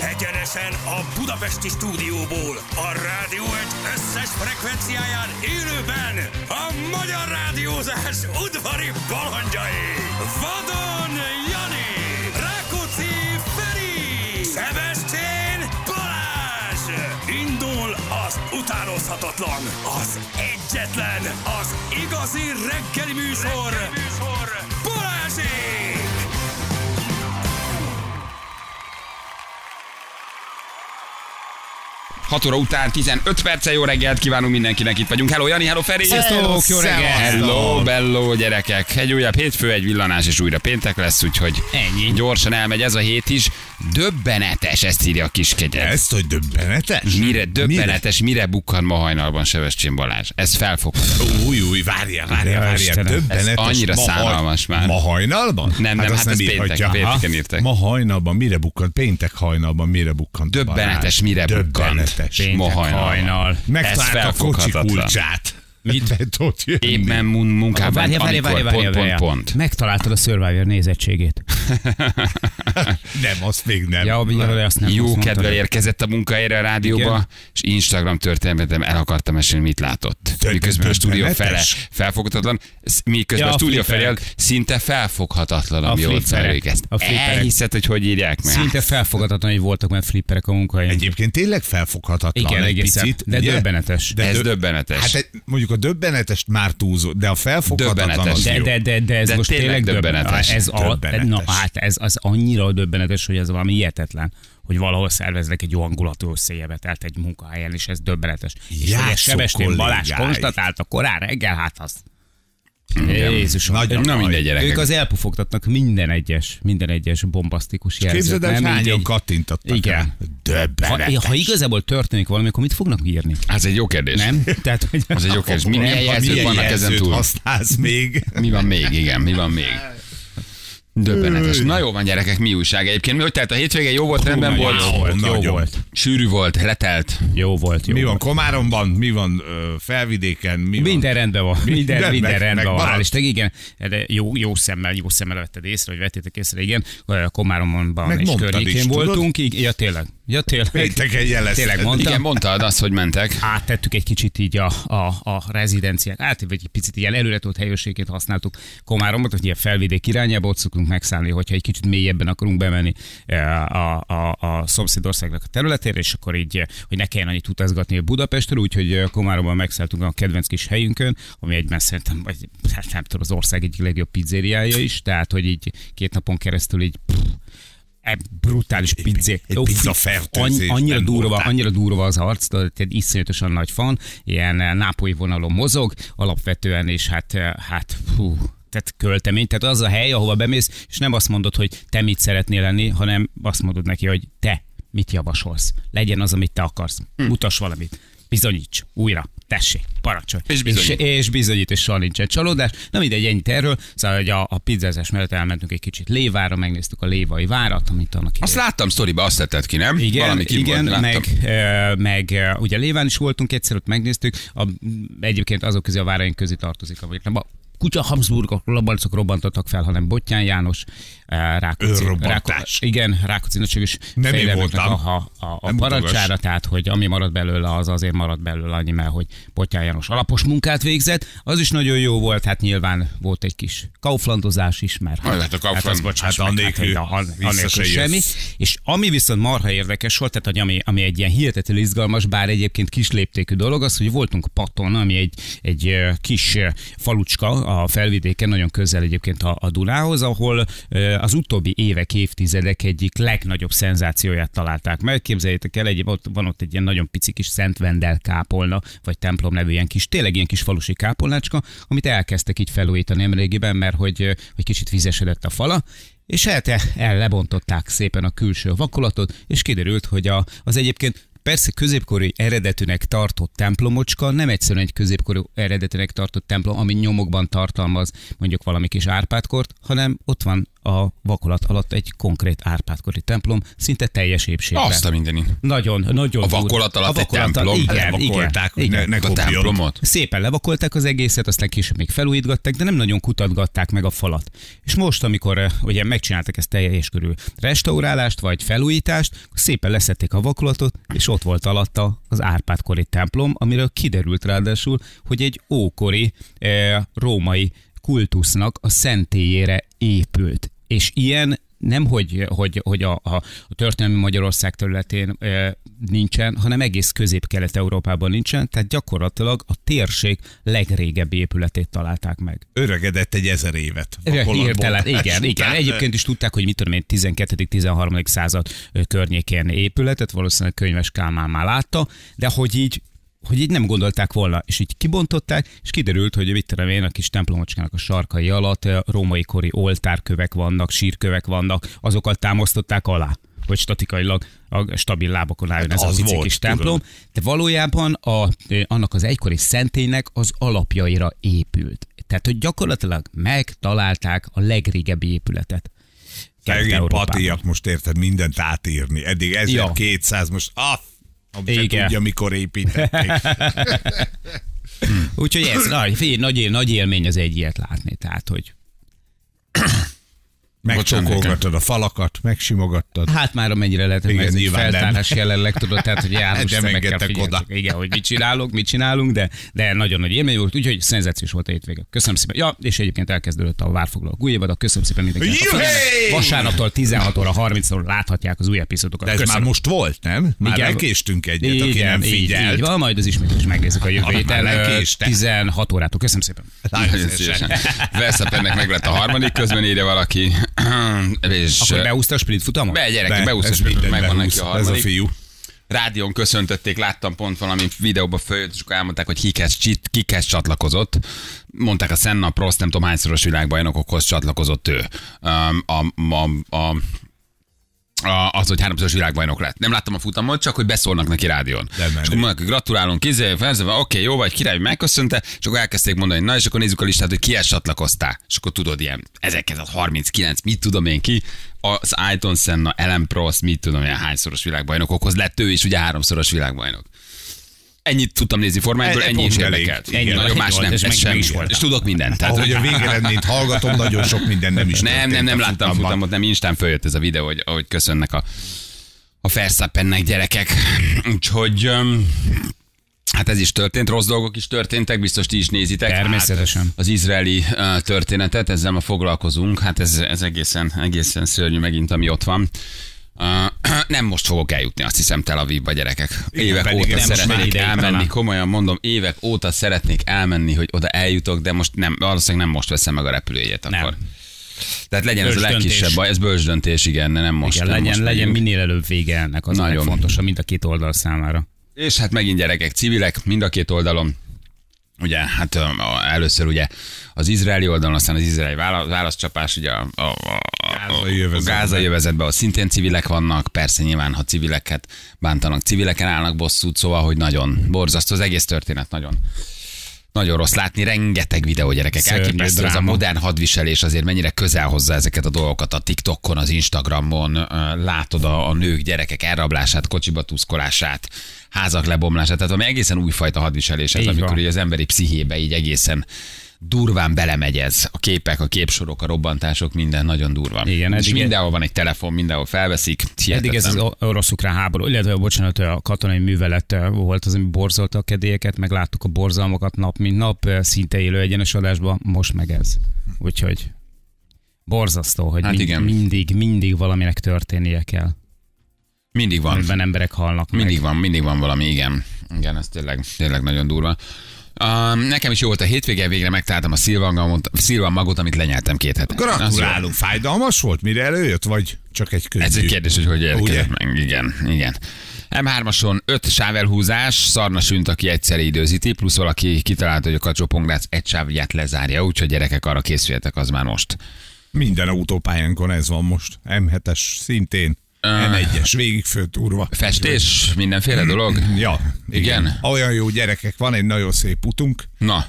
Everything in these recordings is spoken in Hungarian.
Egyenesen a Budapesti stúdióból, a rádió egy összes frekvenciáján élőben a magyar rádiózás udvari balandjai. Vadon Jani, Rákóczi Feri, Szebestén Balázs. Indul az utánozhatatlan, az egyetlen, az igazi reggeli műsor, reggeli műsor. Balázsék! Hat óra után 15 perce jó reggelt kívánunk mindenkinek. Itt vagyunk. Hello Jani, hello Feri. Sziasztok, jó reggelt. Hello, bello gyerekek. Egy újabb hétfő, egy villanás, és újra péntek lesz, úgyhogy Ennyi. gyorsan elmegy ez a hét is. Döbbenetes, ezt írja a kis kegyed. Ezt, hogy döbbenetes? Mire döbbenetes, mire, bukkan ma hajnalban Sevestjén Balázs? Ez felfog. Mire? Új, új, várjál, várjál, várjál. Istenem, ez Döbbenetes. annyira ma haj- szánalmas már. Ma hajnalban? nem, hát azt ez péntek, írhatja. pénteken Aha. írták. Ma hajnalban mire bukkant? Péntek hajnalban mire bukkant? a Döbbenetes, Balázs? mire bukkant. Döbbenetes. Ma hajnal. hajnal. Megtalálta a kocsi felfoghatatlan. kulcsát. Mit? Ott jönni. Éppen mun- munkában, Várja, várja, amikor várja, várja, pont, várja. pont, pont. Megtaláltad a Survivor nézettségét. Nem, azt még nem. Ja, mindjárt azt nem azt Jó mondtad. kedvel érkezett a munkahelyre a rádióba, Igen. és Instagram történetem el akartam mesélni, mit látott. Tök Miközben a stúdió fele döbbenetes. felfoghatatlan, sz- miközben Ja, a a stúdió flipperek. fele szinte felfoghatatlan, ami ott flipperek. zajlik. Ezt A flipperek. elhiszed, hogy hogy írják meg? Szinte felfogadhatatlan, hogy voltak olyan flipperek a munkahelyen. Egyébként tényleg felfoghatatlan Igen, egy egészen. picit. De döbbenetes. Ez döbbenetes. Hát egy- mondjuk a döbbenetest már túlzó, de a felfoghatatlan Döbbenetes. az De, jó. de, de, de ez De most tényleg tényleg döbbenetes. döbbenetes. Ez a, Döbbenetes. na hát ez az annyira döbbenetes, hogy ez valami hihetetlen hogy valahol szerveznek egy jó hangulatú összejövetelt egy munkahelyen, és ez döbbenetes. És hogy Játszó ezt Sebestén Balázs kollégái. konstatálta korán reggel, hát az. Jézusom. Nagyon Na mindegy, gyerekek. Ők az elpufogtatnak minden egyes, minden egyes bombasztikus jelzőt. Képzeld el, hogy nem? Így hányan egy- kattintottak Igen. rá. Ha, Döbbenetes. ha igazából történik valami, akkor mit fognak írni? Hát Ez egy jó kérdés. Nem? Tehát, hogy Az egy jó kérdés. Mi- Milyen Ha jelzők milyen vannak ezen jelzőt túl? használsz még? Mi van még? Igen, mi van még? Döbbenetes. Na jó van, gyerekek, mi újság? Egyébként mi hogy telt a hétvége? Jó volt, rendben volt, jó volt, jó nagyon. volt. sűrű volt, letelt. Jó volt, jó Mi van volt. Komáromban, mi van ö, Felvidéken, mi Minden van? rendben van, minden, minden, meg- minden meg- rendben van. megmaradt. Hál' Isten, igen, de jó, jó szemmel, jó szemmel vetted észre, hogy vettétek észre, igen, Komáromban Meg és mondtad környékén is, tudod? voltunk. Így, ja, tényleg, ja, tényleg. Pénteken jelezted. Tényleg mondtam. Igen, mondtad azt, hogy mentek. áttettük egy kicsit így a, a, a rezidenciák át, vagy egy picit ilyen előretolt helyőrségét használtuk Komáromot, hogy ilyen felvidék irányába ott szoktunk megszállni, hogyha egy kicsit mélyebben akarunk bemenni e, a, a, a szomszédországnak a területére, és akkor így, e, hogy ne kelljen annyit utazgatni a Budapestről, úgyhogy e, Komáromban megszálltunk a kedvenc kis helyünkön, ami egyben szerintem, vagy hát nem tudom, az ország egyik legjobb pizzériája is, tehát hogy így két napon keresztül így pff, e brutális pizzé. egy Jó, pizza fi- fertőzés annyi- Annyira nem durva, voltál. annyira durva az arc, tudod, egy iszonyatosan nagy fan, ilyen eh, nápolyi vonalon mozog, alapvetően, és hát, eh, hát hú, tehát költemény, tehát az a hely, ahova bemész, és nem azt mondod, hogy te mit szeretnél lenni, hanem azt mondod neki, hogy te mit javasolsz. Legyen az, amit te akarsz. Hm. Mutass valamit. Bizonyíts. Újra. Tessék. Parancsolj. És bizonyít. És, és bizonyít, és soha nincsen csalódás. Na mindegy, ennyit erről. Szóval, hogy a, a pizzázás mellett elmentünk egy kicsit Lévára, megnéztük a Lévai várat, amit annak Azt láttam sztoriba, azt tetted ki, nem? igen, Valami ki igen volt, láttam. meg, ö, meg ö, ugye Léván is voltunk egyszer, ott megnéztük. A, egyébként azok közé a váraink közé tartozik, amelyek nem a kutya Habsburgok, labalcok robbantottak fel, hanem Bottyán János, ö, Rákóczi, Őrrobbantás. igen, Rákóczi Nagyság is Nem én fejlemeknek voltam. a, a, a, a Nem parancsára, mutogass. tehát hogy ami maradt belőle, az azért maradt belőle annyi, mert hogy Bottyán János alapos munkát végzett, az is nagyon jó volt, hát nyilván volt egy kis kauflandozás is, mert Hát a Kaufland- az, bocsáss hát meg, annélkül hát, hogy a- vissza annélkül se jössz. semmi. És ami viszont marha érdekes volt, tehát hogy ami, ami egy ilyen hihetetlenül izgalmas, bár egyébként kis léptékű dolog, az, hogy voltunk Paton, ami egy, egy ö, kis ö, falucska a felvidéken, nagyon közel egyébként a, a Dunához, ahol ö, az utóbbi évek, évtizedek egyik legnagyobb szenzációját találták meg. Képzeljétek el, egy, ott, van ott egy ilyen nagyon pici kis Szent Vendel kápolna, vagy templom nevű ilyen kis, tényleg ilyen kis falusi kápolnácska, amit elkezdtek így felújítani nemrégiben, mert hogy, ö, hogy kicsit vizesedett a fala, és el, el lebontották szépen a külső vakolatot, és kiderült, hogy a, az egyébként persze középkori eredetűnek tartott templomocska, nem egyszerűen egy középkori eredetűnek tartott templom, ami nyomokban tartalmaz mondjuk valami kis árpátkort, hanem ott van a vakolat alatt egy konkrét Árpádkori templom, szinte teljes épségben. Azt a mindenit. Nagyon, nagyon. A durva. vakolat alatt A egy vakolat templom? Igen, igen, Levakolták, hogy igen. ne, ne A kopjon. templomot. Szépen levakolták az egészet, aztán később még felújítgatták, de nem nagyon kutatgatták meg a falat. És most, amikor eh, ugye megcsináltak ezt teljes körű restaurálást vagy felújítást, szépen leszették a vakolatot, és ott volt alatta az Árpádkori templom, amiről kiderült ráadásul, hogy egy ókori eh, római kultusznak a szentélyére épült. És ilyen nem, hogy, hogy, hogy a, a történelmi Magyarország területén e, nincsen, hanem egész közép-kelet-európában nincsen, tehát gyakorlatilag a térség legrégebbi épületét találták meg. Öregedett egy ezer évet. vakolatból. Hirtelen, igen, Után- igen. Egyébként is tudták, hogy mit tudom én, 12.-13. század ö, környékén épületet, valószínűleg könyves Kálmán már látta, de hogy így hogy így nem gondolták volna, és így kibontották, és kiderült, hogy mit tudom én, a kis templomocskának a sarkai alatt ö, római kori oltárkövek vannak, sírkövek vannak, azokat támasztották alá, hogy statikailag a stabil lábakon álljon ez Hát az a pici volt, kis tudod. templom, de valójában a, ö, annak az egykori szentélynek az alapjaira épült. Tehát, hogy gyakorlatilag megtalálták a legrégebbi épületet. Szegény Kelet-Európában. patiak most érted mindent átírni. Eddig 1200, most ah, a se Igen. tudja, mikor építették. Úgyhogy ez nagy, figyelj, nagy, él- nagy élmény az egy ilyet látni. Tehát, hogy Megcsókolgatod a falakat, megsimogattad. hát már amennyire lehet, hogy Igen, ez egy nyilván nem. feltárás jelenleg tudod, tehát, hogy járós Nem szemekkel engedtek figyeltek. oda. Igen, hogy mit csinálok, mit csinálunk, de, de nagyon nagy élmény volt, úgyhogy szenzációs volt a hétvége. Köszönöm szépen. Ja, és egyébként elkezdődött a várfoglaló új évad, köszönöm szépen mindenkinek. a Juhé! figyelmet. Vasárnaptól 16 óra 30 óra láthatják az új epizódokat. De ez köszönöm. már most volt, nem? Már Igen. elkéstünk egyet, aki nem így- Így, figyelt. van, majd az ismét is megnézzük a jövő Amit már héten. ö, lekéstek. 16 órától. Köszönöm szépen. Nagyon szívesen. Verszappennek meg lett a harmadik, közben írja valaki. és Akkor beúszta a sprint futamot? be, gyerek, Be- beúszta, ez és mindent mindent megvan neki a beúsz, Ez a harmadik. fiú. Rádión köszöntötték, láttam pont valami videóba följött, és akkor elmondták, hogy kikhez, csit- kikhez csatlakozott. Mondták a Senna Prost, nem tudom hányszoros világbajnokokhoz csatlakozott ő. Um, a, a, a, a, az, hogy háromszoros világbajnok lett. Nem láttam a futamot, csak hogy beszólnak neki rádión. De menő. és akkor mondják, hogy gratulálunk, kizé, felzőve, oké, jó vagy, király, megköszönte, és akkor elkezdték mondani, na és akkor nézzük a listát, hogy kihez csatlakoztál. És akkor tudod, ilyen 1939, mit tudom én ki, az Ayrton Senna, Ellen Prost, mit tudom én, hányszoros világbajnokokhoz lett ő, és ugye háromszoros világbajnok. Ennyit tudtam nézni formájból, Egy ennyi is pont elég. érdekelt. Igen, Ennyi, nagyon ennyi más volt, nem, és ez meg semmi. is volt. És tudok mindent. Tehát, Ahogy a végeredményt hallgatom, nagyon sok minden nem is nem, történt nem, nem a láttam futamban. futamot, nem Instán följött ez a videó, hogy, ahogy köszönnek a, a Verstappennek gyerekek. Úgyhogy öm, Hát ez is történt, rossz dolgok is történtek, biztos ti is nézitek. Természetesen. Hát az izraeli ö, történetet, ezzel ma foglalkozunk, hát ez, ez egészen, egészen szörnyű megint, ami ott van. Ö, nem most fogok eljutni, azt hiszem Tel Avivba, gyerekek. évek pedig óta nem, most már szeretnék ideig elmenni, talán. komolyan mondom, évek óta szeretnék elmenni, hogy oda eljutok, de most nem, valószínűleg nem most veszem meg a repülőjegyet Nem. akkor. Tehát legyen ez a Bölcs legkisebb döntés. baj, ez bölcs döntés, igen, ne, nem most. Igen, nem most legyen, legyen megyünk. minél előbb vége ennek, az Nagyon. Nagyon. fontos, mind a két oldal számára. És hát megint gyerekek, civilek, mind a két oldalon. Ugye, hát ö, a- először ugye az izraeli oldalon, aztán az izraeli vála- válaszcsapás, ugye a, a, a, a, Gázai a övezetben. gázai övezetben, ahol szintén civilek vannak, persze nyilván, ha civileket bántanak, civileken állnak bosszút, szóval, hogy nagyon borzasztó az egész történet, nagyon nagyon rossz látni, rengeteg videó gyerekek. Szörnyű Elképesztő ez a dráma. modern hadviselés azért mennyire közel hozza ezeket a dolgokat a TikTokon, az Instagramon, ö, látod a, a nők, gyerekek elrablását, kocsiba tuszkolását, házak lebomlását, tehát ami egészen újfajta hadviselés ez, Így van. amikor így az emberi pszichébe így egészen durván belemegy ez. A képek, a képsorok, a robbantások, minden nagyon durva. Igen, És eddig- mindenhol van egy telefon, mindenhol felveszik. Eddig ez Hihetetlen. az o- orosz-ukrán háború, illetve bocsánat, a katonai művelet eh, volt az, ami borzolta a kedélyeket, meg láttuk a borzalmakat nap, mint nap, eh, szinte élő egyenes adásban, most meg ez. Úgyhogy borzasztó, hogy Hát hát mind, igen. igen. mindig, mindig valaminek történnie kell, Mindig van. amiben emberek halnak meg. Mindig van, mindig van valami, igen. Igen, ez tényleg, tényleg nagyon durva. Uh, nekem is jó volt a hétvége, végre megtaláltam a szilvangamot- szilvan magot, amit lenyeltem két hete. Gratulálunk, fájdalmas volt, mire előjött, vagy csak egy könnyű? Ez egy kérdés, hogy hogy Ugye? érkezett meg. Igen, igen. M3-ason 5 sávelhúzás, Szarna Sünt, aki egyszer időzíti, plusz valaki kitalálta, hogy a Kacsó Pongrác egy sávját lezárja, úgyhogy gyerekek arra készüljetek, az már most. Minden autópályánkon ez van most. M7-es szintén, M1-es végig föltúrva. Festés, mindenféle dolog. Ja, igen. Igen? Olyan jó gyerekek, van egy nagyon szép utunk, Na,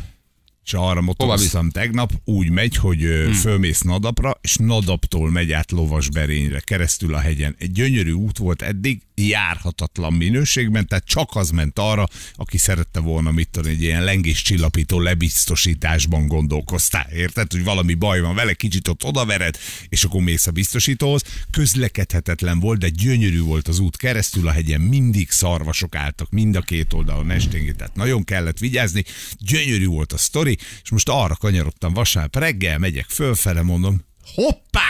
és arra motoroztam tegnap, úgy megy, hogy hmm. fölmész Nadapra, és Nadaptól megy át Lovasberényre, keresztül a hegyen. Egy gyönyörű út volt eddig, járhatatlan minőségben, tehát csak az ment arra, aki szerette volna, mit tudom, egy ilyen lengéscsillapító lebiztosításban gondolkoztál. Érted, hogy valami baj van vele, kicsit ott odavered, és akkor mész a biztosítóhoz. Közlekedhetetlen volt, de gyönyörű volt az út keresztül a hegyen, mindig szarvasok álltak, mind a két oldalon esténgi, tehát nagyon kellett vigyázni. Gyönyörű volt a sztori, és most arra kanyarodtam vasárnap reggel, megyek fölfele, mondom, hoppá!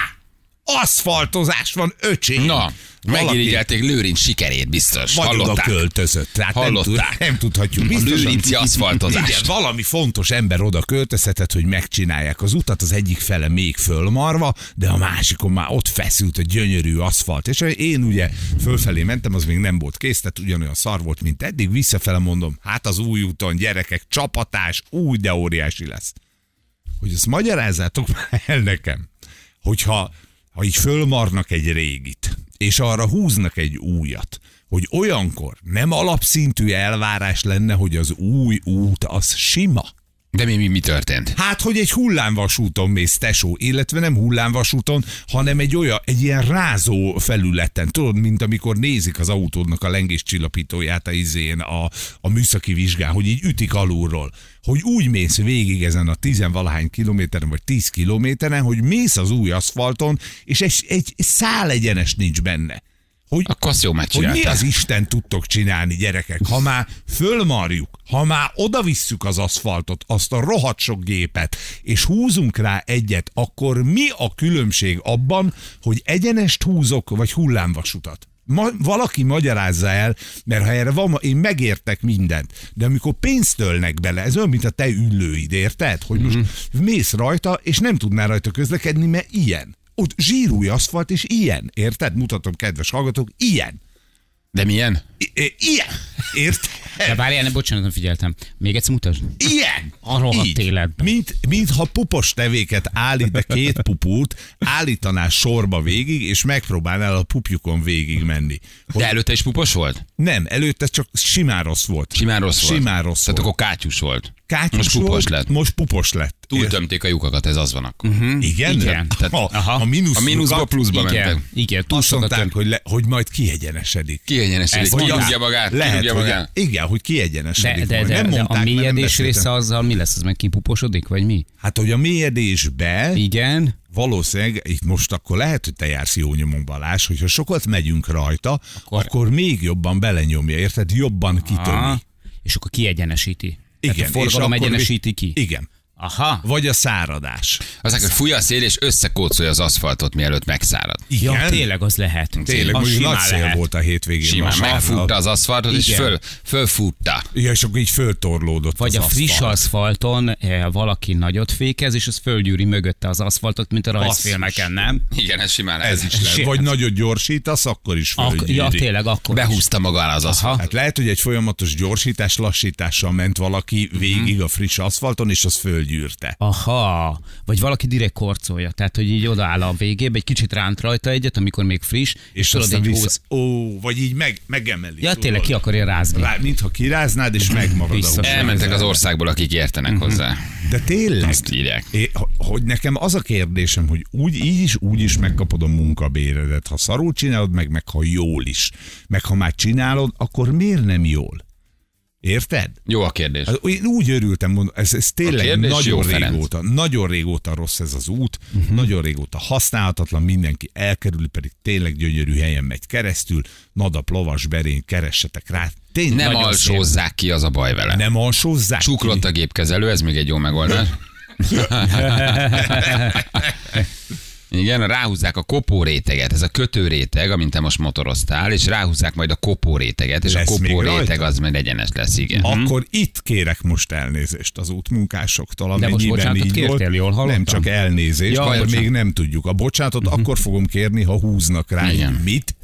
Aszfaltozás van, öcsém! Na, megirigyelték Lőrinc sikerét, biztos. vagy oda Hallották. költözött. Tehát Nem, Hallották. tud, nem tudhatjuk A biztosan. lőrinci aszfaltozás. Igen, valami fontos ember oda költözhetett, hogy megcsinálják az utat, az egyik fele még fölmarva, de a másikon már ott feszült a gyönyörű aszfalt. És én ugye fölfelé mentem, az még nem volt kész, tehát ugyanolyan szar volt, mint eddig. Visszafele mondom, hát az új úton gyerekek, csapatás, új, de óriási lesz. Hogy ezt magyarázzátok már el nekem, hogyha ha így fölmarnak egy régit, és arra húznak egy újat, hogy olyankor nem alapszintű elvárás lenne, hogy az új út az sima. De mi, mi, mi történt? Hát, hogy egy hullámvasúton mész, tesó, illetve nem hullámvasúton, hanem egy olyan, egy ilyen rázó felületen, tudod, mint amikor nézik az autódnak a lengéscsillapítóját a izén, a, a műszaki vizsgán, hogy így ütik alulról, hogy úgy mész végig ezen a tizenvalahány kilométeren, vagy tíz kilométeren, hogy mész az új aszfalton, és egy, egy szál egyenes nincs benne. Hogy Akkor azt jó hogy mi megcsinálták. az Isten tudtok csinálni, gyerekek? Ha már fölmarjuk, ha már odavisszük az aszfaltot, azt a rohadt sok gépet, és húzunk rá egyet, akkor mi a különbség abban, hogy egyenest húzok, vagy hullámvasutat? Ma, valaki magyarázza el, mert ha erre van, én megértek mindent, de amikor pénzt ölnek bele, ez olyan, mint a te üllőid, érted? Hogy most mész rajta, és nem tudnál rajta közlekedni, mert ilyen. Ott zsírúj aszfalt, és ilyen, érted? Mutatom, kedves hallgatók, ilyen. De milyen? I- i- Ilyen. Ért? De várjál, ne, bocsánat, nem figyeltem. Még egyszer mutasd. Ilyen. A rohadt Így. életben. Mint, mint ha pupos tevéket állít, de két pupút állítanál sorba végig, és megpróbálnál a pupjukon végig menni. Hogy De előtte is pupos volt? nem, előtte csak simán rossz volt. Simán rossz volt. Simán rossz Tehát volt. akkor kátyús volt. Kátyús most pupos volt, lett. Most pupos lett. Ért- Túltömték a lyukakat, ez az van akkor. Uh-huh. Igen? Igen. Tehát, Tehát- a, aha. a mínusz A mínuszba pluszba mentek. Igen, igen, túl Azt sokat mondták, tört. hogy, le, hogy majd kiegyenesedik. Kiegyenesedik, Ezt mondják. kirúgja magát, Lehet, kirúgja hogy, magát. igen, hogy De, kiegyenesedik. de, majd. de, nem de mondták, a mert nem mélyedés beszéltem. része azzal mi lesz? Ez meg kipuposodik, vagy mi? Hát, hogy a mélyedésbe Igen. valószínűleg itt most akkor lehet, hogy te jársz jó nyomon Balázs, hogyha sokat megyünk rajta, akkor, Akkor- akkor még jobban belenyomja, érted? Jobban kitömi. Aha. És akkor kiegyenesíti. Hm. Igen, Tehát a forgalom és akkor egyenesíti vi- ki. Igen. Aha. Vagy a száradás. Aztán, hogy fúj a szél, és összekócolja az aszfaltot, mielőtt megszárad. Igen. Ja, tényleg az lehet. Tényleg, az mondjuk nagy simán szél lehet. volt a hétvégén. Simán vasárnap. megfúgta az aszfaltot, és Igen. föl, fölfúgta. Ja, és akkor így föltorlódott Vagy az a friss aszfalt. aszfalton eh, valaki nagyot fékez, és az fölgyűri mögötte az aszfaltot, mint a rajzfilmeken, nem? Igen, ez simán lehet. Ez is lehet. Simán. Vagy nagyon gyorsítasz, akkor is Ak- fölgyűri. ja, tényleg akkor. is. Behúzta maga alá az aszfalt. Hát lehet, hogy egy folyamatos gyorsítás, lassítással ment valaki végig Mhm. a friss aszfalton, és az fölgyűrte. Aha, vagy valaki direkt korcolja, tehát hogy így odaáll a végébe, egy kicsit ránt rajta egyet, amikor még friss, És tudod, aztán így vissza. húz. Ó, vagy így meg, megemeli. Ja, tudod. tényleg ki akarja rázni. Rá, mintha kiráznád, és megmarad a Biztos. hús. Elmentek az országból, akik Mhm. értenek hozzá. De tényleg, Azt írják. é, ho- hogy nekem az a kérdésem, hogy úgy így is, úgy is megkapod a munkabéredet. Ha szarul csinálod, meg, meg ha jól is. Meg ha már csinálod, akkor miért nem jól? Érted? Jó a kérdés. Hát Én úgy örültem, mondom, ez, ez A tényleg kérdés jó, nagyon Ferenc. régóta, nagyon régóta rossz ez az út, uh-huh. Mhm. nagyon régóta használhatatlan, mindenki elkerül, pedig tényleg gyönyörű helyen megy keresztül, nadap, lovas, berény, keressetek rá. Tényleg Nem nagyon szép. alsózzák ki, az a baj vele. Nem alsózzák. Csuklott a gépkezelő, ez még egy jó megoldás. Igen, ráhúzzák a kopóréteget, ez a kötőréteg, amint te most motoroztál, és ráhúzzák majd a kopóréteget, és Lesz a még kopóréteg rajta? az majd egyenes lesz, igen. Ki. Akkor itt kérek most elnézést az útmunkásoktól, most amennyiben bocsánatot így kértél, volt. jól hallottam? Mhm. Nem csak elnézést, Ja, ja, mert bocsánat. még nem tudjuk. A bocsánatot uh-huh. akkor fogom kérni, ha húznak rá. Igen. Igen. Mit?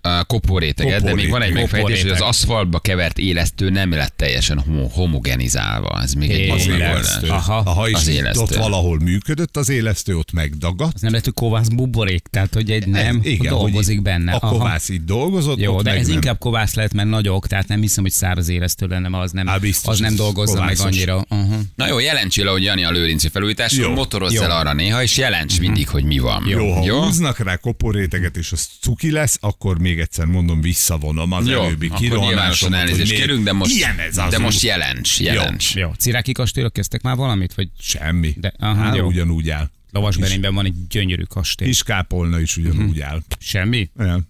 A kopóréteget, de még van egy Kopóréteg. megfejtés, hogy az Kopóréteg. aszfaltba kevert élesztő nem lett teljesen homo- homogenizálva. Ez még egy Az jó Élesztő. megoldás. élesztő. Aha. Aha, és Az így élesztő. ott valahol működött az élesztő, ott megdagadt. Az nem lehet, hogy kovász buborék, tehát hogy egy nem Ez- igen, dolgozik hogy benne. A kovász itt dolgozott, Jó, ott de meg ez nem. inkább kovász lehet, mert nagyok, tehát nem hiszem, hogy száraz éreztő lenne, mert az nem, Á, biztos, az nem ez dolgozza meg kovászos. annyira. Uh-huh. Na jó, jelentsél, le, hogy Jani a lőrinci felújítás, Jó. motorozz Jó. el arra néha, és jelents mindig, hogy mi van. Jó, ha jó? húznak rá koporéteget, és az cuki lesz, akkor még egyszer mondom, visszavonom az Jó, előbbi akkor nyilvánosan kirohanásomat. elnézést hogy még kérünk, de most, Ilyen ez az de most út. jelents, jelents. Jó, Ciráki kastélyra kezdtek már valamit, vagy Semmi. De- aha, Á, jó. ugyanúgy áll. Lovasberényben van egy gyönyörű kastély. Kis kápolna is ugyanúgy áll. Semmi? Olyan.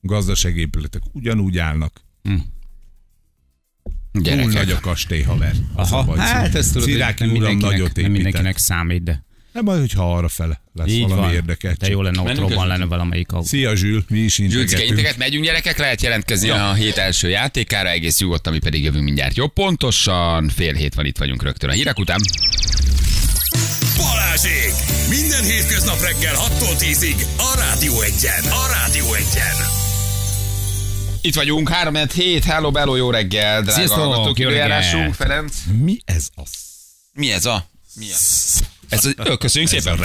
Gazdaságépületek ugyanúgy állnak. Túl nagy Gyerekek. a kastély, haver. Az a Aha, baj, hát szóval. ez tudod, hogy Ciráki nem uram mindenkinek, nagyot nem mindenkinek épített. számít, de Nem baj, hogyha arra fele lesz így valami van. érdekes. De jó lenne, ott Menjünk robban közöttük. lenne valamelyik autó. Szia Zsül, mi is Gyurcike, integetünk. integet megyünk gyerekek, lehet jelentkezni a hét első játékára, egész nyugodtan, mi pedig jövünk mindjárt. Jó, pontosan fél hét van, itt vagyunk rögtön a hírek után. Balázsék! Minden hétköznap reggel 6-tól 10-ig a Rádió Egyen. A Rádió Egyen. Itt vagyunk, 3 7 hello, bello, jó reggel, drága Sziasztok, hallgatók, jó reggelt. időjárásunk, Ferenc. Mi ez az? Mi ez a? Mi ez? Ez a, Ö, köszönjük szépen.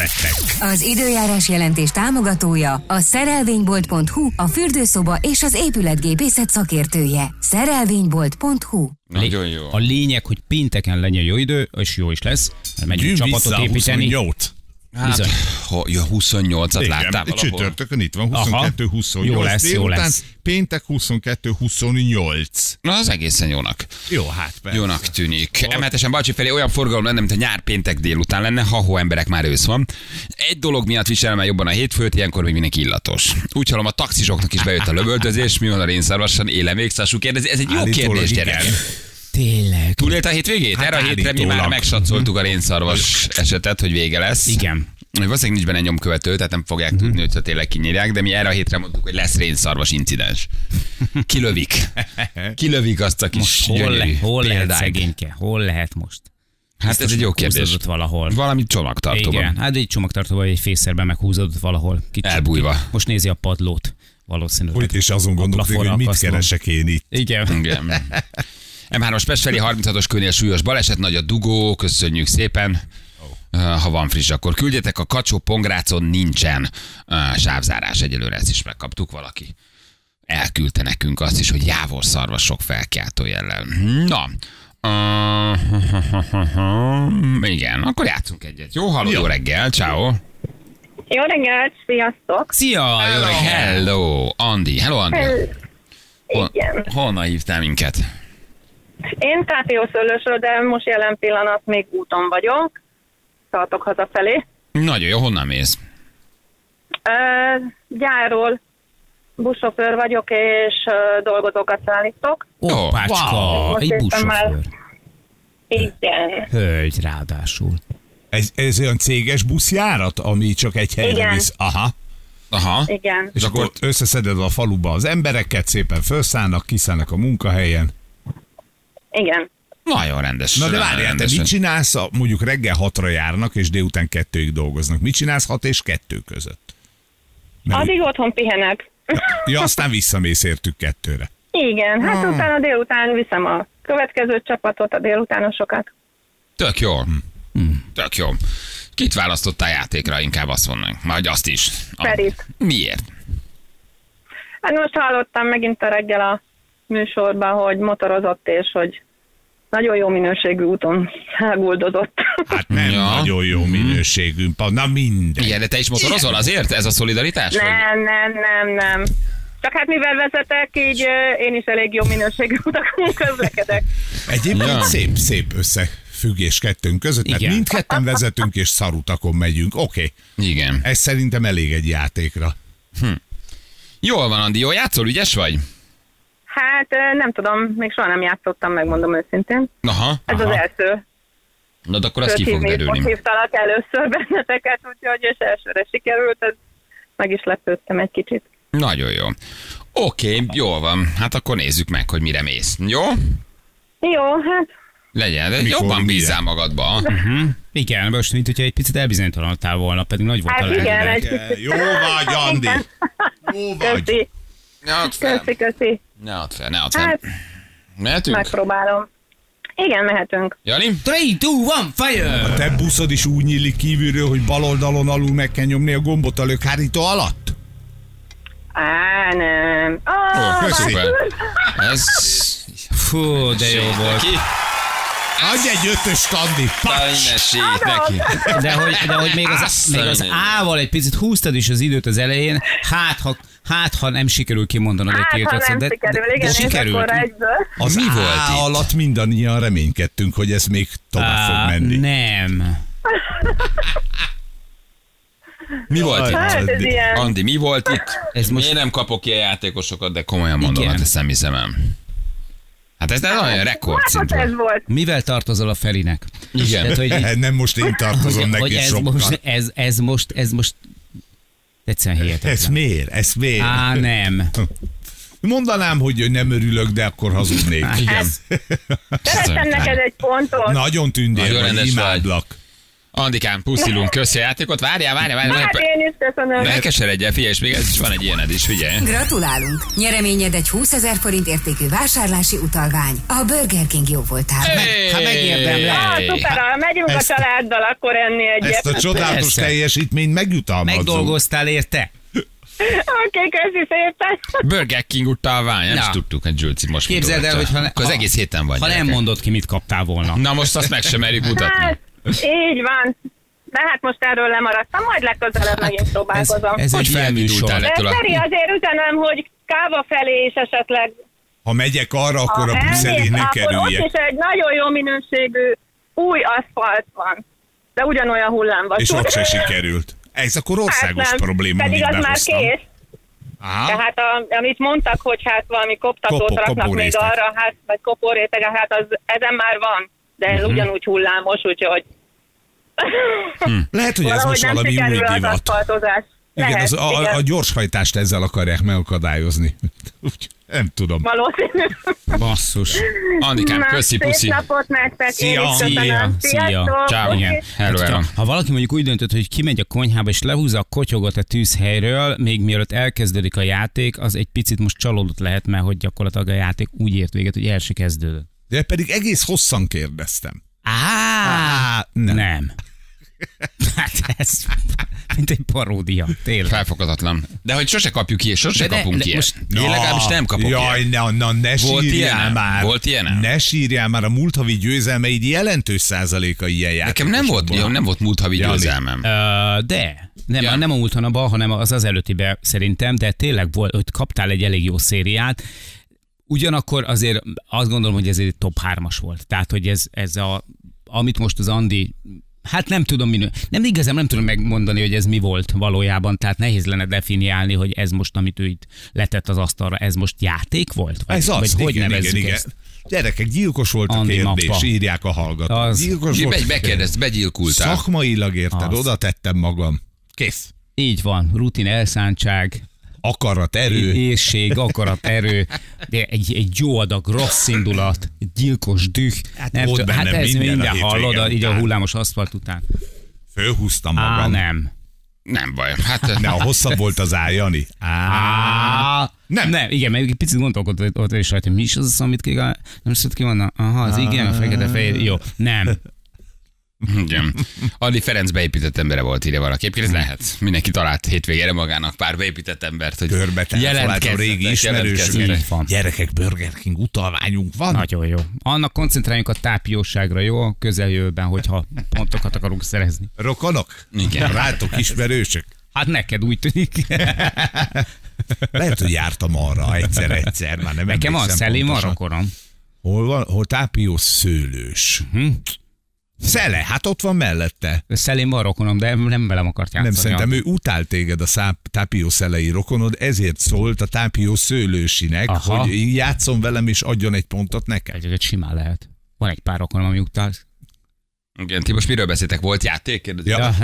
Az időjárás jelentés támogatója a szerelvénybolt.hu, a fürdőszoba és az épületgépészet szakértője. Szerelvénybolt.hu Nagyon jó. A lényeg, hogy pénteken legyen jó idő, és jó is lesz, mert megyünk Gyűjj csapatot vissza a építeni. 28. Hát, ho- jó, 28-at láttál Igen, valahol. csütörtökön itt van, Aha. 22 28 Jó lesz, jó délután, lesz. Péntek 22 28. Na, az egészen jónak. Jó, hát persze. Jónak tűnik. Emeltesen Balcsi felé olyan forgalom lenne, mint a nyár péntek délután lenne, ha ho emberek már ősz van. Egy dolog miatt viselem el jobban a hétfőt, ilyenkor még mindenki illatos. Úgy hallom, a taxisoknak is bejött a lövöldözés, mi van a rénszarvasan, élem végszásul kérdezi. Ez egy jó Állítólag kérdés, igen. gyerek. Tényleg. Túlélte a hétvégét? Hát Erre a hétre mi már állítólag. megsatszoltuk a rénszarvas esetet, hogy vége lesz. Mhm. Igen. Mhm. Valószínűleg nincs benne nyomkövető, tehát nem fogják tudni, hogyha tényleg kinyírják, de mi erre a hétre mondtuk, hogy lesz rénszarvas incidens. Kilövik. Kilövik azt a kis Hol, le, gyönyörű hol lehet példányt. szegényke? Hol lehet most? Hát ez egy jó kérdés. Húzódott valahol. Valami csomagtartóban. Igen, hát egy csomagtartóban, egy fészerben meghúzódott valahol. Kicsit. Elbújva. Most nézi a padlót valószínűleg. Hogy és azon gondolkodik, plafonra hogy mit akasztom. keresek én itt. Igen. Igen. M3-as Pest felé 36-os kőnél súlyos baleset, nagy a dugó, köszönjük szépen. Ö, Ha van friss, akkor küldjetek. A kacsó pongrácon nincsen ö, sávzárás egyelőre, ezt is megkaptuk valaki. Elküldte nekünk azt is, hogy jávor szarvasok felkiáltó jellel. Na, Ö, igen, akkor játszunk egyet. Jó, halló, jó reggel, ciao. Jó reggelt, sziasztok! Szia! Jó reggelt! Hello, Andi. Hello, Andi. Hon- Igen. honnan hívtál minket? Én Tápiószőlősről, de most jelen pillanat még úton vagyok. Tartok hazafelé. Nagyon jó, honnan mész? Ö, gyárról buszsofőr vagyok, és ö, dolgozókat szállítok. Oppácska! Wow. Egy buszsofőr. Igen. Hölgy ráadásul. Ez, ez olyan céges buszjárat, ami csak egy helyre Igen. visz. Aha. Aha. Igen. És akkor összeszeded a faluba az embereket, szépen felszállnak, kiszállnak a munkahelyen. Igen. Nagyon rendes. Na de hát nagyon várjál, te rendes. mit csinálsz? A- Mondjuk reggel hatra járnak, és délután kettőig dolgoznak. Mit csinálsz hat és kettő között? Mert- Addig otthon pihenek. Ja, aztán visszamész értük kettőre. Igen, hát utána délután viszem a következő csapatot, a délutánosokat. Tök jó. Hm. Hm. Tök jó. Kit választottál játékra, inkább azt mondanánk. Majd azt is. A- Ferit. Miért? Hát most hallottam megint a reggel a műsorban, hogy motorozott, és hogy nagyon jó minőségű úton száguldozott. Hát nem Ja. nagyon jó minőségű. pa- Na minden. Igen, de te is motorozol azért? Ez a szolidaritás? Vagy? nem, nem, nem, nem. Csak hát mivel vezetek, így ö, én is elég jó minőségű utakon közlekedek. Egyébként Ja. ja. szép, szép összefüggés kettőnk között, mert Igen. mindketten vezetünk és szarutakon megyünk. Oké, okay. Igen. ez szerintem elég egy játékra. Jól van, Andi, jól játszol, ügyes vagy? Hát ö, nem tudom, még soha nem játszottam, megmondom őszintén. Aha. Ez az első. Na de akkor az ki kört fog hívni. Most derülni. hívtalak először benneteket, úgyhogy és elsőre sikerült, ez meg is lepődtem egy kicsit. Nagyon jó. Oké, jól van. Hát akkor nézzük meg, hogy mire mész. Jó? Jó, hát Legyen, de Mikor, jobban mire? bízzál magadba. Igen, most mint hogyha egy picit elbizonytalanodtál volna, pedig nagy volt Hát a lelked. igen, egy Eh, kicsit. Jó vagy, Andi! Jó vagy! Köszi, Ne add fel, köszi, köszi. ne add fel, ne add fel. Hát, Mehetünk? megpróbálom. Igen, mehetünk. Jani? 3, 2, 1, fire! Te buszod is úgy nyílik kívülről, hogy bal oldalon alul meg kell nyomni a gombot a lökhárító alatt? Á, nem. Ó, hát, Ó, már szuper. tudod? Ez... Fú, de jó volt. Ki? Adj egy ötös, Tandi. Pacs! Inesít neki. De hogy, de hogy még az, Azt a még az mindenit. A-val egy picit húztad is az időt az elején, hát ha, hát, ha nem sikerül kimondanod egy Hát, tiltott ha szót, nem de, sikerül, de, igen, de és sikerült. akkor egyből. Az Mi A volt itt? alatt mindannyian reménykedtünk, hogy ez még tovább Á, fog menni. nem. Mi volt itt? Hát ez Andi. ilyen. Andi, mi volt itt? Ez Ez most... most- Miért nem kapok ilyen játékosokat, de komolyan mondom, Igen. hát ezt nem hiszem el. Hát ez nem olyan Hát rekordszint ott ez volt. volt. Mivel tartozol a Ferinek? Igen. Tehát, hogy, Nem most én tartozom hogy, hogy neki ez, sokkal. most, ez, ez most, ez most egyszerűen Ez hihetetlen. miért? Ez miért? Á, nem. Mondanám, hogy nem örülök, de akkor hazudnék. Igen. Szerettem neked egy pontot. Nagyon tündér, Nagyon vagy, rendes imádlak. Andikám, puszilunk, köszi a játékot. Várjál, várjál, várjál. Hát várjál. én is köszönöm. Ne keseredjél, figyelj, és még ez is van egy ilyened is, figyelj. Gratulálunk! Nyereményed egy 20 ezer forint értékű vásárlási utalvány a Burger King jó voltál. ha megérdemlem. Ah, szuper, megyünk a Ezt- családdal, akkor enni Ezt egyet. a csodálatos Persze. teljesítményt megjutalmazom. Megdolgoztál érte? Oké, köszi szépen. Burger King utalvány, nem Na. is tudtuk, hogy Gyulci most Képzeld el, mutogatja. hogy ha ne- Akkor az ha- egész héten vagy. Ha nem gyerekek. mondod ki, mit kaptál volna. Na most azt meg sem merjük mutatni. Hát, így van. De hát most erről lemaradtam, majd legközelebb megint Ez, próbálkozom. ez Hogy egy ilyen felvidultál műsor. le? De ettől a- Feri, azért üzenem, hogy káva felé is esetleg. Ha megyek arra, ha akkor a busz elé elmész, ne akkor ott kerüljek. is egy nagyon jó minőségű új aszfalt van. De ugyanolyan hullámvasút. És ott se sikerült. Ez akkor országos Hát nem. probléma, Pedig amit az már behoztam. kész. Aha. Tehát a, amit mondtak, hogy hát valami koptatót Kopó- raknak még kopórésznek. arra, hát, vagy kopórétege, hát az, ezen már van. De ez Mhm. ugyanúgy hullámos, úgyhogy Lehet, hogy ez valahogy most nem valami új sikerül az divat. aszfaltozás. Igen, Lehet, az, a, a gyorshajtást ezzel akarják megakadályozni. Úgy, nem tudom. Valószínű. Basszus. Andikám, Na, köszi, szép puszi. napot nektek, Szia. én is Szia. köszönöm. Sziasztok. Ciao. Puszi. Igen. Hello, Hát, hello. hogyha- ha valaki mondjuk úgy döntött, hogy kimegy a konyhába és lehúzza a kotyogot a tűzhelyről, még mielőtt elkezdődik a játék, az egy picit most csalódott lehet, mert hogy gyakorlatilag a játék úgy ért véget, hogy el se kezdődött. De pedig egész hosszan kérdeztem. Á, nem. Ah, nem. Hát ez mint egy paródia, tényleg. Felfoghatatlan. De hogy sose kapjuk ki, sose De ne- kapunk de ki. most- Én legalábbis nem kapok ilyet. Jaj, ne, na, ne Volt sírjál ilyenem? már. Volt ilyenem? Ne sírjál már, a múlt havi győzelmeid jelentős százaléka ilyen Nekem nem volt, játékosokból. jó, nem volt múlt havi Jani. győzelmem. Ö, de, nem, Ja. ja. nem a múlt hónapban, hanem az az előttibe szerintem, de tényleg volt, hogy kaptál egy elég jó szériát, ugyanakkor azért azt gondolom, hogy ezért top 3-as volt. Tehát, hogy ez, ez a, amit most az Andi Hát nem tudom minő. Nem igazán nem tudom megmondani, hogy ez mi volt valójában, tehát nehéz lenne definiálni, hogy ez most, amit ő itt letett az asztalra, ez most játék volt? Vagy, Ez az, vagy igen, hogy igen, nevezzük igen, igen. ezt? Gyerekek, gyilkos volt a Andi kérdés, Mappa. írják a hallgatók. Az. Gyilkos volt. Be, a kérdés. bekérdezte, begyilkultál. Szakmailag érted, Az. oda tettem magam. Kész. Így van, rutin elszántság, Akarat, erő. érség, akarat, erő, de egy, egy jó adag, rossz indulat, egy gyilkos düh. Hát nem volt tudom, hát bennem ez minden a minden, minden hétvégén hallod, a- így a után. hullámos aszfalt után. Fölhúztam magam. Á, nem. Nem baj. Hát Ne, a hosszabb volt az áll, Jani. Á, Á, nem. Nem. nem. igen, mert egy picit gondolkodott ott is rajta, hogy mi is az, amit ki kell, nem szed ki vannak. Aha, az igen, a fekete fehér, jó, nem. Igen. Adi Ferenc beépített embere volt ide valaki. Egyébként ez lehet. Mindenki talált hétvégére magának pár beépített embert, hogy körbe telefonáltam jelentkezzetek, régi ismerősöket. jelentkezzetek. Így van. Gyerekek, Burger King utalványunk van. Nagyon jó. Annak koncentráljunk a tápjóságra, jó? A közeljövőben, hogyha pontokat akarunk szerezni. Rokonok? Igen. Rátok ismerősök? Hát neked úgy tűnik. Lehet, hogy jártam arra egyszer-egyszer, már nem Nekem van, emlékszem szelém van pontosan. rokonom. Hol van? Hol tápió szőlős. Hm? Mhm. Szele, hát ott van mellette. Szelém van rokonom, de nem velem akart játszani. Nem, szerintem ő utált téged a száp, tápió szelei rokonod, ezért szólt a tápió szőlősinek, Aha. hogy játszon velem és adjon egy pontot nekem. Egy, egy simán lehet. Van egy pár rokonom, ami utálsz. Igen, ti most miről beszéltek? Volt játék? Kérdezik. Ja.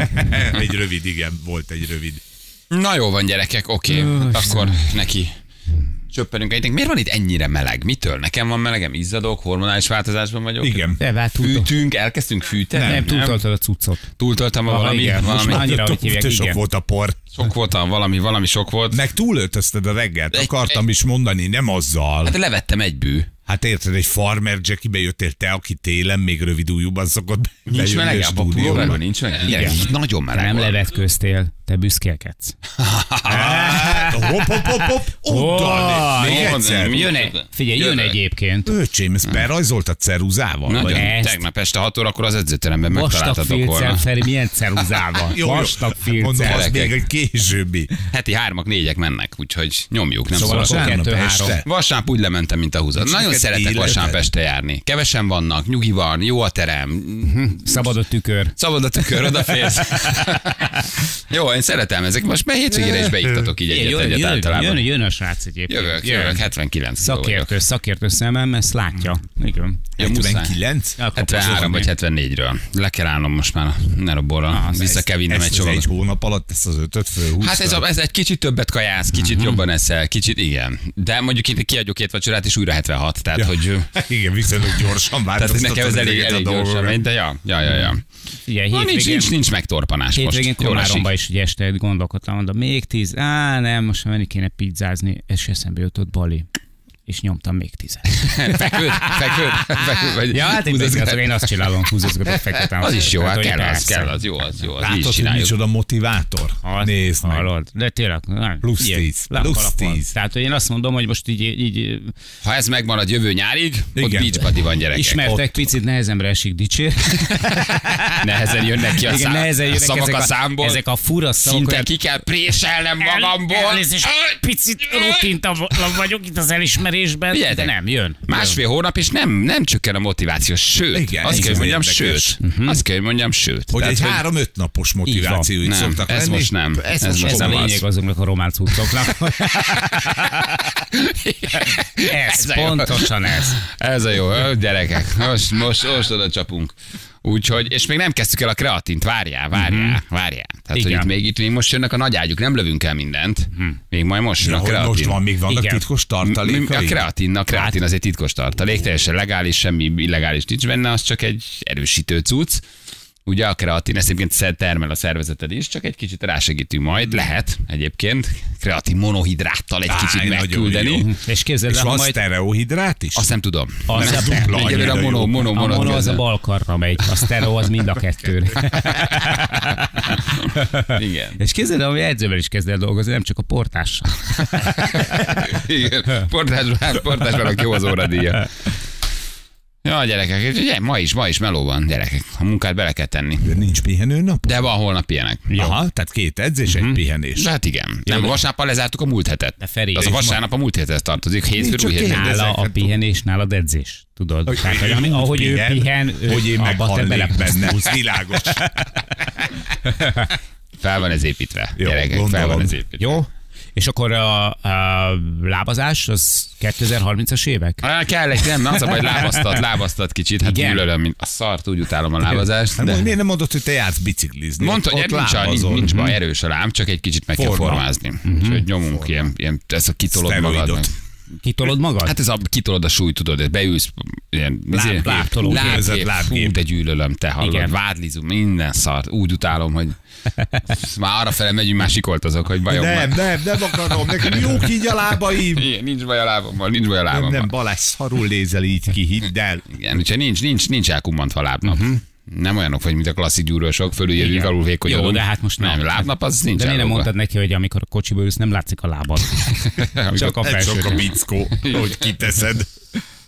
egy rövid, igen, volt egy rövid. Na jó van, gyerekek, oké. Jó, Hát Istenem. Akkor neki csöppenünk egynek. Miért van itt ennyire meleg? Mitől? Nekem van melegem, izzadok, hormonális változásban vagyok. Igen. De vár, túl, Fűtünk, elkezdtünk fűteni. nem, túltoltad a cuccot. Túltoltam Aha, valami, igen. Most valami. már annyira, hogy hívják, Te sok igen. volt a por. Sok voltam, valami, valami sok volt. Meg túlöltözted a reggelt, Egy- akartam is mondani, nem azzal. Hát levettem egy bű. Hát érted, egy farmer Jackie bejöttél te, aki télen még rövid újúban szokott Nincs bejönni meleg a stúdióba. pulóverben, nincs meleg. Igen, Te nagyon meleg. nem van. levetköztél, te büszkélkedsz. Á, Hopp, hopp, hopp, hopp, Ó, utáni, még jön, egyszer. mi- Jön egy, figyelj, jön Jövök. egyébként. Öcsém, ezt berajzoltad ceruzával? Nagyon. Vagy- Ezt. Tegnap este 6 órakor az edzőteremben Vastag megtaláltatok volna. filccel, Feri, milyen ceruzával? Jó, jó. Vastag Hát Mondom, filccel. az Gyerekek. még egy későbbi. Heti hármak, négyek mennek, úgyhogy nyomjuk, nem Szóval szóval. akkor szóval. Vasárnap kettő, este? három. Vasárnap úgy lementem, mint a húzat. Nincs Nagyon neked szeretek életed? vasárnap este járni. Kevesen vannak, nyugi van, jó a terem, Szabad a tükör. szabad a tükör, odaférsz. jó, én szeretem ezek. Most már hétvégére is beiktatok így egyet, jön, egyet jön, jön, általában. jön a srác egyébként. Jövök, Jön. jövök, hát 79 kiló vagyok. Szakértő, szakértő szemem ezt látja. Igen. Ja, muszáj. 79? Akkor 73 vagy 74-ről. Le kell állnom most már, ne Ah, robbolra. Vissza kell vinnem egy Ezt az csomagot. egy hónap alatt ezt az ötöt fölhúztad? Hát ez, a, ez egy kicsit többet kajász, kicsit Mhm. uh-huh. jobban eszel, kicsit igen. De mondjuk itt kiadjuk két vacsorát, és újra 76, tehát ja. hogy... Igen, viszonylag gyorsan Tehát ez változtatod nekem ez elég, ezeket a elég gyorsan dolgokat. megy, de ja, ja, ja, ja. Figyelj, Ha, nincs, hétvégén, nincs, nincs megtorpanás hétvégén most. Jól Komáromba esik. is ugye este gondolkodtam, mondom, még tíz, á nem, most már menni kéne pizzázni, és eszembe jutott Bali és nyomtam még tizet. Fekvőd, fekvőd, fekvőd. Vagy Ja, hát én, húzod- bezgazog, én azt csinálom, húzozgatok, fekvetem. Az is jó, Tehát, hát hogy kell, az persze. kell, az jó, az jó, az így Látod, is Hát hogy csináljuk. Hát, micsoda motivátor? Hallod? Nézd meg. Hallod? De tényleg. nem, Plusz ilyen, 10, lámpalapon. plusz 10. Tehát, hogy én azt mondom, hogy most így, így Ha ez megmarad jövő nyárig, ott Igen. beach party van gyerekek. ismertek, picit nehezemre esik dicsér. Nehezen jönnek ki a, Igen, szám, nehezen a jönnek szavak ezek a, számból. Ezek a fura szavak. Szinte olyan- ki kell préselnem El- magamból. elnézést, Aj! picit rutintalan vagyok itt az elismerésben, Figyeljetek. de nem, jön. Másfél hónap, és nem, nem csökken a motiváció, sőt, Igen, igen, azt kell, igen, hogy mondjam, érdekes. sőt, Mhm. uh-huh. azt kell, hogy mondjam, sőt. Hogy egy hogy három-öt napos motiváció itt Nem, szoktak ez lenni. most nem. Ez most Ez a nem az. lényeg azoknak a román cuccoknak. ez, Ez a jó. pontosan ez. Ez a jó, ö, gyerekek, most, most, most oda csapunk. Úgyhogy, és még nem kezdtük el a kreatint, várjál, Mhm. várjál, uh-huh. várjál. Tehát, Igen. hogy itt még, itt még most jönnek a nagy ágyuk, nem lövünk el mindent, még majd most jön Mhm. Ja, a hogy kreatin. most van, még vannak Igen. Mm, titkos M- A tartalékai? kreatin, a kreatin az egy titkos tartalék, teljesen legális, semmi illegális nincs benne, az csak egy erősítő cucc. Ugye a kreatin, ezt egyébként szer- termel a szervezeted is, csak egy kicsit rásegítünk majd, lehet egyébként kreatin monohidráttal egy Áj, kicsit nagyon jó. megküldeni. És képzeld És el, ha van majd sztereohidrát is? Azt nem tudom. Az Nem, a dupla, Egyelőre a annyira mono, jó. mono, a mono, mono az a balkarra megy, a sztereo az mind a kettőre. Igen. És képzeld el, hogy edzővel is kezd el dolgozni, nem csak a portással. Igen. Portásban, portásban aki jó az óradíja. Ja, gyerekek, és ugye, ma is, ma is meló van, gyerekek. A munkát bele kell tenni. De nincs pihenő nap? De van holnap ilyenek. Aha, tehát két edzés, Mhm. egy pihenés. Hát igen. Nem, vasárnappal lezártuk a múlt hetet. De Feri, az a és vasárnap a múlt héthez tartozik, hétfő csak új hét. én. Nála a Ezeket- pihenés, nálad edzés. Tudod? Hát, Hogy- Tehát, hogy ami, úgy ahogy ő pihen, pihen, ő hogy én abba te meghalnék benne. belepusztulsz. Világos. Fel van ez építve. Jó, gyerekek, fel gondolom. van ez építve. Jó? És akkor a, a lábazás, az 2030-as évek? Ah, kell egy, nem, az a baj, lábaztat, lábaztat kicsit, hát Igen. gyűlölöm, mint a szart, úgy utálom a lábazást. Hát De... most miért nem mondod, hogy te jársz biciklizni? Mondta, hogy Ott nincs, a- nincs, lábazol. nincs baj, erős a lám, csak egy kicsit meg kell Forma. Mhm. formázni. Úgyhogy nyomunk ilyen, ilyen, ez a kitolod Szteroidot. magad. Kitolod magad? Hát ez a kitolod a súly, tudod, ez beülsz, ilyen Láb- izé- lábtoló, képzett lábgép, lábgép. fú, de gyűlölöm, te hallod, Igen. Igen. vádlizom, minden szart, úgy utálom, hogy már arra fele megyünk, már sikoltozok, hogy bajom Nem, van. nem, nem akarom. Nekem jók így a lábaim. Igen, nincs baj a lábammal, nincs baj a Nem, nem, lábammal. Balázs szarul nézel így ki, hidd el. Igen, úgyhogy nincs, nincs, nincs elkummantva a lábnap. Mhm. Nem olyanok vagy, mint a klasszik gyúrosok, fölüljövünk, alul vékonyodunk. Jó, de hát most nem. nem. lábnap az nincs De miért nem elrugva. mondtad neki, hogy amikor a kocsiba ülsz, nem látszik a lábad? Amikor- Csak a Ez felső. csak a bickó, hogy kiteszed.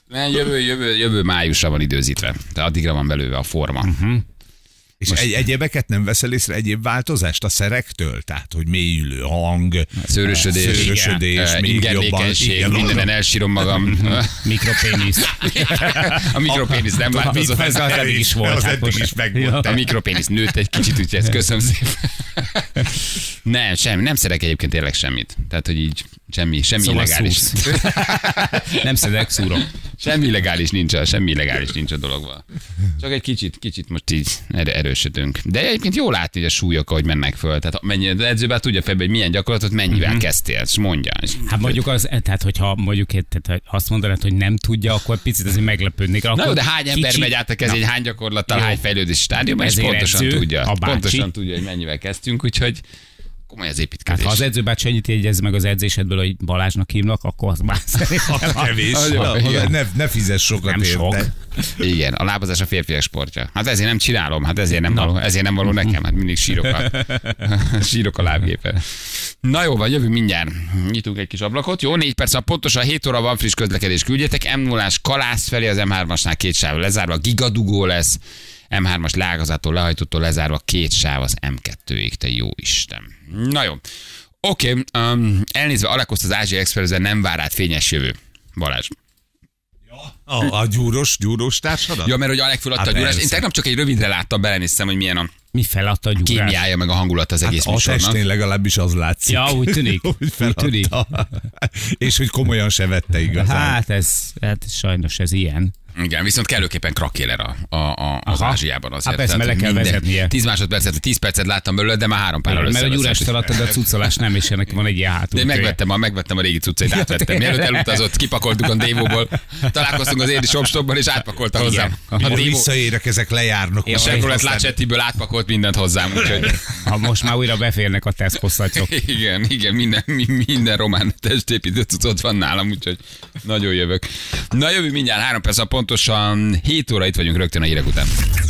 Nem, jövő, jövő, jövő májusra van időzítve. Tehát addigra van belőle a forma. Mhm. Uh-huh. És egy, egyebeket nem veszel észre, egyéb változást a szerektől? Tehát, hogy mélyülő hang, Szőrösödés, szőrösödés eh, még jobban. ingerlékenység, mindenen elsírom magam. Mikropénisz. a mikropénisz nem változott. Ez az eddig is volt. Az hát eddig most- is megvolt. A mikropénisz nőtt egy kicsit, úgyhogy ezt köszönöm szépen. Nem, semmi, nem szerek egyébként tényleg semmit. Tehát, hogy így semmi, semmi Szóval illegális. szúrsz. Nem szedek, szúrom. semmi illegális nincs, a- semmi illegális nincs a dologban. Csak egy kicsit, kicsit most így erre erősödünk. De egyébként jó látni, hogy a súlyok, ahogy mennek föl. Tehát mennyi, az edzőben tudja fel, hogy milyen gyakorlatot mennyivel kezdtél, és mondja. És Mhm. Hát mondjuk az, tehát hogyha mondjuk eh, tehát ha azt mondanád, hogy nem tudja, akkor picit azért meglepődnék. Akkor Na jó, de hány ember kicsi- megy át a kezén, hány gyakorlattal, Jó. hány fejlődés stádiumban, és Ezért pontosan edző, tudja. a bácsi. Pontosan tudja, hogy mennyivel kezdtünk, úgyhogy komoly az Hát építkezés. ha az edzőbácsi ennyit jegyez meg az edzésedből, hogy Balázsnak hívnak, akkor az már szerintem Kevés. nagyon- Ne, igen. ne, ne fizes sokat nem sok. érte. Igen, a lábazás a férfiak sportja. Hát ezért nem csinálom, hát ezért nem, való, ezért nem való nekem, hát mindig sírok a, sírok a lábgépen. Na jó, van, jövünk mindjárt. Nyitunk egy kis ablakot. Jó, négy perc, a pontosan 7 óra van friss közlekedés. Küldjetek m 0 kalász felé az M3-asnál két sáv lezárva, gigadugó lesz. M3-as lágazától, lehajtótól lezárva két sáv az M2-ig, te jó Isten. Na jó. Oké, okay, um, elnézve Alekoszt az Ázsia Express, nem vár át fényes jövő. Balázs. A, a gyúros, gyúros társadat? Ja, mert hogy Alek föladta Hát hát a gyúrás. Én persze. tegnap csak egy rövidre láttam, belenéztem, hogy milyen a Mi feladta a gyúrát? kémiája, meg a hangulat az egész hát a műsornak. testén legalábbis az látszik. Ja, úgy tűnik. Úgy Úgy tűnik. feladta. És hogy komolyan se vette igazán. Hát ez, hát sajnos ez ilyen. Igen, viszont kellőképpen krakéler a, a, a, az Aha. Ázsiában azért. Hát persze, mert le kell vezetnie. 10 másodpercet, 10 percet láttam belőle, de már három párral Igen, mert a összeveszett. gyúrás feladta, de a cuccolás nem, és ennek van egy ilyen hátul. De én megvettem a, megvettem a régi cuccait, átvettem. tényleg. Mielőtt elutazott, kipakoltuk a Dévóból, találkoztunk az Édi Shopstopban, és átpakolta hozzám. A Mikor Dévó, visszaérek, ezek lejárnak. a most, Chevrolet aztán- Lacettiből átpakolt mindent hozzám, úgyhogy Ha most már újra beférnek a tesztposztatyok. Igen, igen, minden, mi- minden román testépítő cuccot van nálam, úgyhogy nagyon jövök. Na jövő mindjárt három perc, a pontosan 7 óra itt vagyunk rögtön a hírek után.